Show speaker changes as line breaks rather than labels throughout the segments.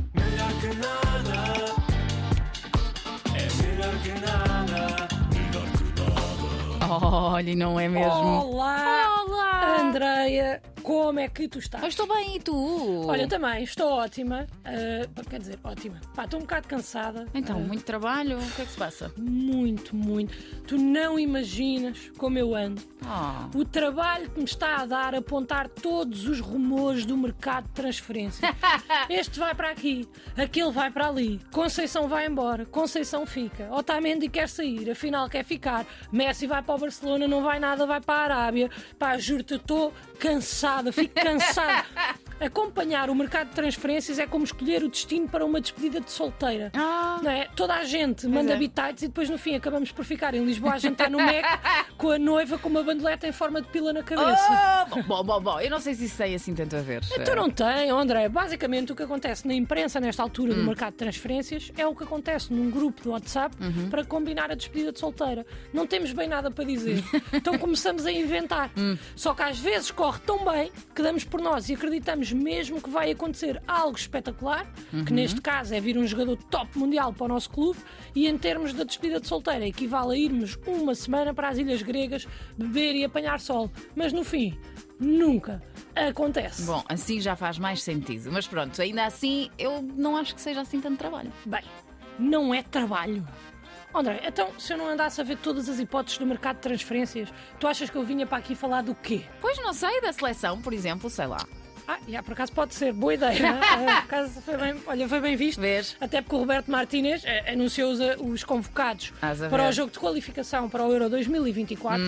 que nada. É melhor que nada. Melhor que nada.
Olha, e não é mesmo?
Olá,
Olá!
Andreia, como é que tu estás?
Eu estou bem, e tu?
Olha, eu também estou ótima. Ah, quer dizer, ótima. Pá, estou um bocado cansada.
Então, muito trabalho, o que é que se passa?
Muito, muito. Tu não imaginas como eu ando.
Ah,
O trabalho que me está a dar apontar todos os rumores do mercado de transferência. Este vai para aqui, aquele vai para ali. Conceição vai embora, Conceição fica. Otamendi quer sair, afinal quer ficar. Messi vai para o Barcelona, não vai nada, vai para a Arábia. Pá, juro-te, eu estou cansada, fico cansada. Acompanhar o mercado de transferências é como escolher o destino para uma despedida de solteira.
Ah.
Não é? Toda a gente manda
é.
bitites e depois no fim acabamos por ficar em Lisboa a jantar no MEC com a noiva com uma bandoleta em forma de pila na cabeça.
Ah, bom, bom, bom, bom, eu não sei se isso tem assim tanto a ver.
Tu Então não tem, André. Basicamente, o que acontece na imprensa nesta altura do mercado de transferências é o que acontece num grupo do WhatsApp para combinar a despedida de solteira. Não temos bem nada para dizer. então começamos a inventar. Só que às vezes corre tão bem que damos por nós e acreditamos mesmo que vai acontecer algo espetacular, que neste caso é vir um jogador top mundial para o nosso clube, e em termos da despedida de solteira equivale a irmos uma semana para as Ilhas Gregas beber e apanhar sol. Mas no fim, nunca acontece.
Bom, assim já faz mais sentido. Mas pronto, ainda assim, eu não acho que seja assim tanto trabalho.
Bem, não é trabalho. André, então se eu não andasse a ver todas as hipóteses do mercado de transferências, tu achas que eu vinha para aqui falar do quê?
Pois não sei, da seleção, por exemplo, sei lá.
Ah, já, por acaso pode ser, boa ideia. não é? Ah, por acaso foi bem, olha, foi bem visto.
Vês?
Até porque o Roberto Martínez eh, anunciou os, eh, os convocados
Hás a
para
ver. Uhum.
o jogo de qualificação para o Euro 2024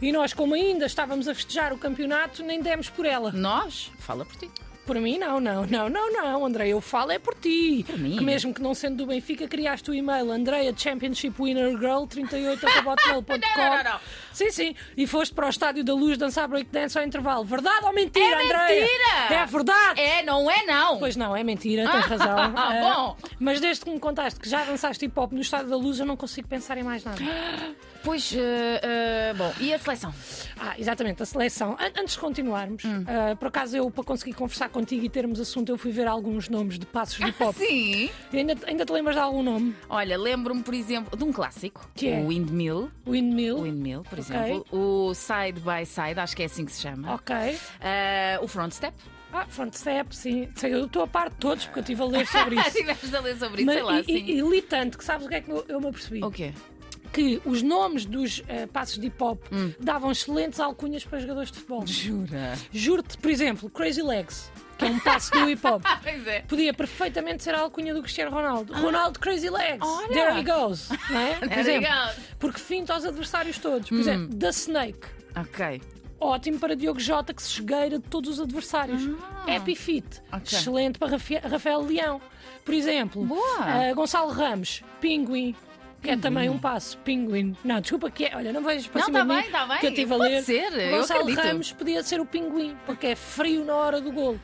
e nós, como ainda estávamos a festejar o campeonato, nem demos por ela.
Nós? Fala por ti.
Por mim, não, não, não, não, não, André, eu falo é por ti.
Por mim?
Que mesmo que não sendo do Benfica, criaste o e-mail Andrea Championship Winner Girl 38
Não, não, não, não.
Sim, sim, e foste para o Estádio da Luz dançar breakdance ao intervalo. Verdade ou mentira,
É
Andréia?
mentira!
É verdade!
É, não é, não!
Pois não, é mentira, tens razão.
Ah,
É.
bom.
Mas desde que me contaste que já dançaste hip hop no Estádio da Luz, eu não consigo pensar em mais nada.
Pois, eh, eh, bom, e a seleção?
Ah, exatamente, a seleção. An- antes de continuarmos,
Hum.
ah, por acaso eu, para conseguir conversar contigo e termos assunto, eu fui ver alguns nomes de passos de hip hop.
Sim!
E Ainda, ainda te lembras de algum nome?
Olha, lembro-me, por exemplo, de um clássico,
Que é?
o Windmill.
Windmill?
O Windmill, por
Uhum. Ok.
exemplo. O Side by Side, acho que é assim que se chama.
Ok.
Ah, o Front Step.
Ah, front step, sim. Sei, eu estou a par de todos porque eu estive a ler sobre
Ah,
isso.
tivemos a ler sobre isso,
Mas-
sei lá,
e,
sim.
e, e li tanto que sabes o que é que eu, eu me apercebi?
O quê?
Que os nomes dos eh, passos de hip hop
Hum.
davam excelentes alcunhas para jogadores de futebol.
Jura?
Juro-te, por exemplo, Crazy Legs, que é um passo do hip hop.
Pois é.
Podia perfeitamente ser a alcunha do Cristiano Ronaldo. Ronaldo Crazy Legs.
Ah. Olha.
There he goes. Não é? Por
There he Hum.
exemplo,
goes.
Porque finta aos adversários todos. Por exemplo, The Snake.
Ok.
Ótimo para Diogo Jota, que se esgueira de todos os adversários. Happy Fit.
Ah. Ok.
Excelente para Rafa- Rafael Leão. Por exemplo,
Boa.
eh, Gonçalo Ramos, Pinguim. Que é também um passo, pinguim. Não, desculpa que é. Olha, não vejo para
Não,
cima
tá
de mim,
bem, tá bem.
Que eu estive a
Pode
ler.
ser, eu
Gonçalo
acredito.
Ramos podia ser o pinguim, porque é frio na hora do golo.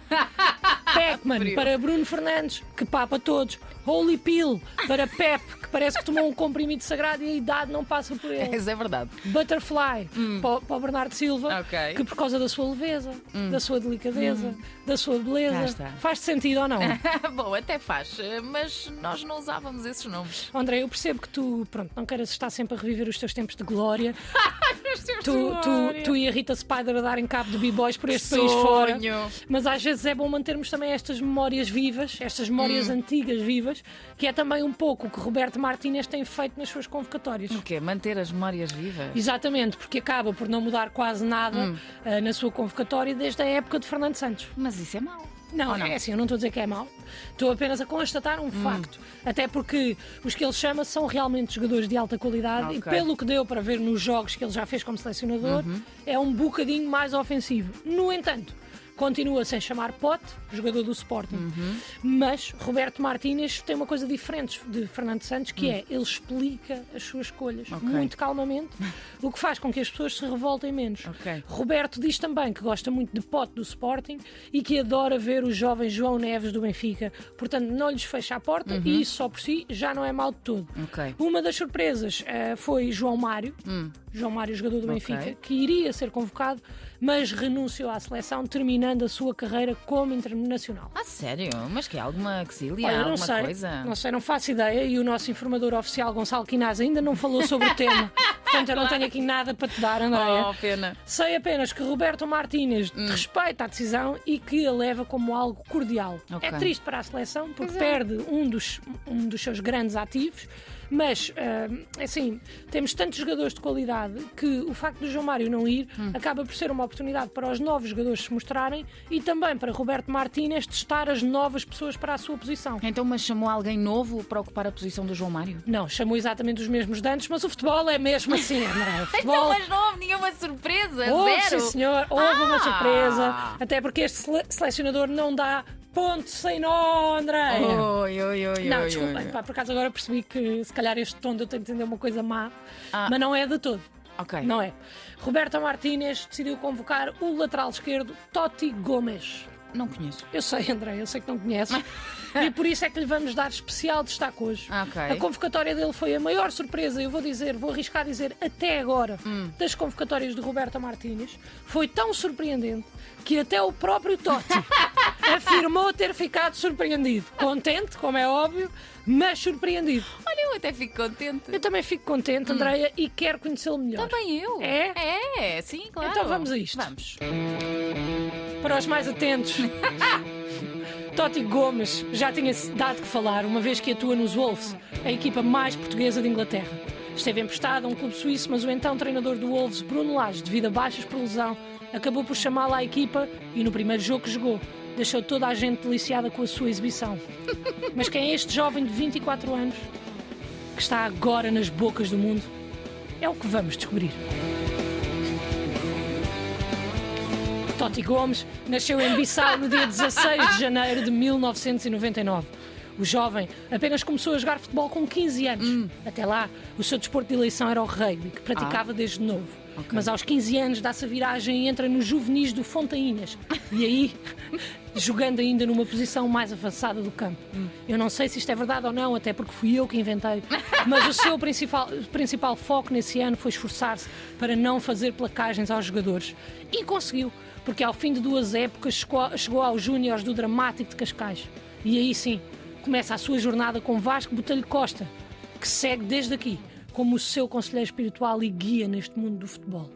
Pac-Man
Frio.
para Bruno Fernandes, que papa todos. Holy Pill para Pep, que parece que tomou um comprimido sagrado e a idade não passa por ele.
Isso é verdade.
Butterfly para, o- para o Bernardo Silva,
Hum. Ok. Hum.
que por causa da sua leveza, da sua delicadeza, da sua
Cá
beleza,
está. É.
faz sentido ou não?
bom, até faz, mas nós não usávamos esses nomes.
André, eu percebo que tu pronto, não queiras estar sempre a reviver os teus tempos de glória. Tu, tu, tu e a Rita Spider a darem cabo de b-boys por este país fora.
Sonho.
Mas às vezes é bom mantermos também estas memórias vivas, estas
Hum.
memórias antigas vivas, que é também um pouco o que Roberto Martínez tem feito nas suas convocatórias.
O quê? Manter as memórias vivas?
Exatamente, porque acaba por não mudar quase nada ah, na sua convocatória desde a época de Fernando Santos.
Mas isso é mau.
Não,
Ou não? Hum.
é assim, eu não estou a dizer que é mau, estou apenas a constatar um facto. Até porque os que ele chama são realmente jogadores de alta qualidade e,
Ok. Uhum.
pelo que deu para ver nos jogos que ele já fez como selecionador, é um bocadinho mais ofensivo. No entanto, continua sem chamar Pote, jogador do Sporting.
Uhum.
Mas Roberto Martínez tem uma coisa diferente de Fernando Santos, que é ele explica as suas escolhas
Hum. Ok.
muito calmamente, o que faz com que as pessoas se revoltem menos.
Ok.
Roberto diz também que gosta muito de pote do Sporting e que adora ver o jovem João Neves do Benfica. Portanto, não lhes fecha a porta e isso só por si já não é mal de todo.
Uhum. Ok. Hum.
Uma das surpresas eh, foi João Mário, João Mário, jogador do
Ok.
Benfica, que iria ser convocado, mas renunciou à seleção, terminando a sua carreira como internacional.
Ah, sério? Mas que é alguma auxilia,
Olha, eu
alguma
não sei,
coisa?
não sei, não faço ideia. E o nosso informador oficial Gonçalo Quinaz ainda não falou sobre o tema. Portanto, eu não tenho aqui nada para te dar, Andréia.
Oh, pena.
Sei apenas que Roberto Martínez respeita a decisão e que a leva como algo cordial.
Ok.
É triste para a seleção porque perde um dos, um dos seus grandes ativos, mas ah, assim, temos tantos jogadores de qualidade que o facto do João Mário não ir acaba por ser uma oportunidade para os novos jogadores se mostrarem e também para Roberto Martínez testar as novas pessoas para a sua posição.
Então, mas chamou alguém novo para ocupar a posição do João Mário?
Não, chamou exatamente os mesmos dantes, mas o futebol é mesmo assim, André. O futebol
não, nenhuma surpresa,
Houve, Oh, sim, senhor, houve
Ah!
uma surpresa. Até porque este sele- selecionador não dá ponto sem nó, André.
Oi, oi, oi,
Não,
oi,
desculpa,
oi.
pá, por acaso agora percebi que se calhar este tom deu a entender uma coisa má,
Ah.
mas não é de todo.
Ok.
Não é. Roberto Martínez decidiu convocar o lateral esquerdo Totti Gomes.
Não conheço.
Eu sei, André, eu sei que não conheces. e por isso é que lhe vamos dar especial destaque hoje.
Ok.
A convocatória dele foi a maior surpresa, eu vou dizer, vou arriscar dizer até agora, das convocatórias de Roberto Martínez. Foi tão surpreendente que até o próprio Totti afirmou ter ficado surpreendido. Contente, como é óbvio, mas surpreendido.
Olha, eu até fico contente.
Eu também fico contente, Andréia, e quero conhecê-lo melhor.
Também eu. É? É, sim, claro.
Então vamos a isto.
Vamos.
Para os mais atentos, Totti Gomes já tinha dado que falar uma vez que atua nos Wolves, a equipa mais portuguesa de Inglaterra. Esteve emprestado a um clube suíço, mas o então treinador do Wolves, Bruno Lage, devido a baixas por lesão, acabou por chamá-la à equipa e no primeiro jogo que jogou, deixou toda a gente deliciada com a sua exibição. Mas quem é este jovem de 24 anos que está agora nas bocas do mundo? É o que vamos descobrir. Totti Gomes nasceu em Bissau no dia 16 de janeiro de 1999. O jovem apenas começou a jogar futebol com 15 anos. Até lá, o seu desporto de eleição era o rugby, que praticava desde novo. Mas aos 15 anos dá-se a viragem e entra nos juvenis do Fontainhas. E aí, jogando ainda numa posição mais avançada do campo. Eu não sei se isto é verdade ou não, até porque fui eu que inventei. Mas o seu principal, principal foco nesse ano foi esforçar-se para não fazer placagens aos jogadores. E conseguiu, porque ao fim de duas épocas chegou, chegou aos Júniores do Dramático de Cascais. E aí sim, começa a sua jornada com Vasco Botelho Costa, que segue desde aqui como o seu conselheiro espiritual e guia neste mundo do futebol.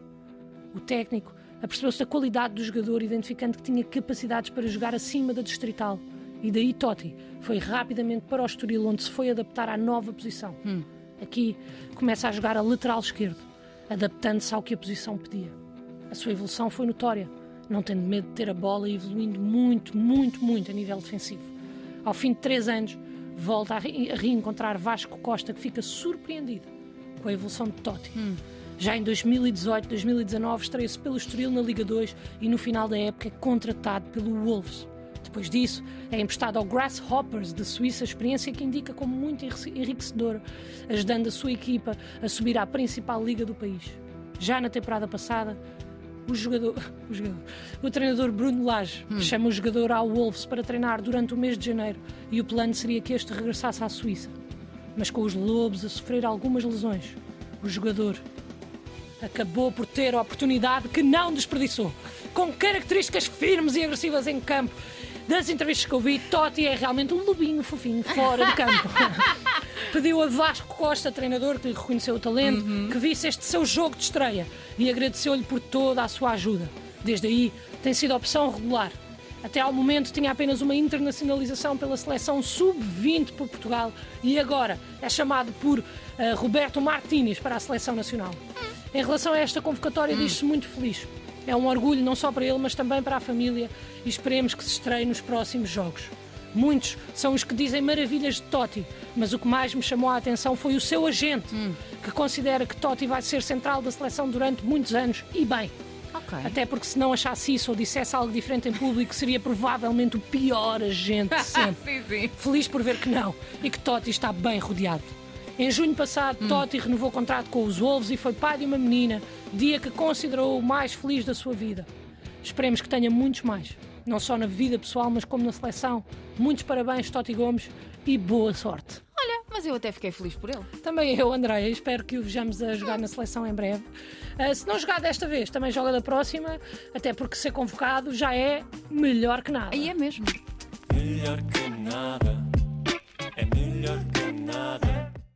O técnico apercebeu-se da qualidade do jogador, identificando que tinha capacidades para jogar acima da distrital. E daí Totti foi rapidamente para o Estoril, onde se foi adaptar à nova posição. Aqui começa a jogar a lateral esquerdo, adaptando-se ao que a posição pedia. A sua evolução foi notória, não tendo medo de ter a bola e evoluindo muito, muito, muito a nível defensivo. Ao fim de três anos, volta a re- a reencontrar Vasco Costa, que fica surpreendido com a evolução de Totti. Já em 2018, 2019, estreia-se pelo Estoril na Liga 2 e no final da época é contratado pelo Wolves. Depois disso, é emprestado ao Grasshoppers da Suíça, experiência que indica como muito enrique- enriquecedora, ajudando a sua equipa a subir à principal liga do país. Já na temporada passada, o jogador, o jogador- o treinador Bruno Lage chama o jogador ao Wolves para treinar durante o mês de janeiro e o plano seria que este regressasse à Suíça. Mas com os Lobos a sofrer algumas lesões, o jogador acabou por ter a oportunidade que não desperdiçou. Com características firmes e agressivas em campo. Das entrevistas que eu vi, Totti é realmente um lobinho fofinho fora de campo. Pediu a Vasco Costa, treinador, que lhe reconheceu o talento, que visse este seu jogo de estreia e agradeceu-lhe por toda a sua ajuda. Desde aí, tem sido opção regular. Até ao momento tinha apenas uma internacionalização pela seleção sub-20 por Portugal e agora é chamado por eh, Roberto Martínez para a seleção nacional. Em relação a esta convocatória, diz-se muito feliz. É um orgulho não só para ele, mas também para a família e esperemos que se estreie nos próximos jogos. Muitos são os que dizem maravilhas de Totti, mas o que mais me chamou a atenção foi o seu agente, que considera que Totti vai ser central da seleção durante muitos anos e bem.
Ok.
Até porque se não achasse isso ou dissesse algo diferente em público, seria provavelmente o pior agente de sempre.
sim, Ah, sim.
Feliz por ver que não e que Totti está bem rodeado. Em junho passado, Totti renovou o contrato com os Wolves e foi pai de uma menina, dia que considerou o mais feliz da sua vida. Esperemos que tenha muitos mais, não só na vida pessoal, mas como na seleção. Muitos parabéns, Totti Gomes, e boa sorte.
Olha, mas Mas eu até fiquei feliz por ele.
Também eu, Andréia, espero que o vejamos a jogar na seleção em breve. Ah, se não jogar desta vez, também joga da próxima, até porque ser convocado já é melhor que nada.
Aí é mesmo.
melhor que nada.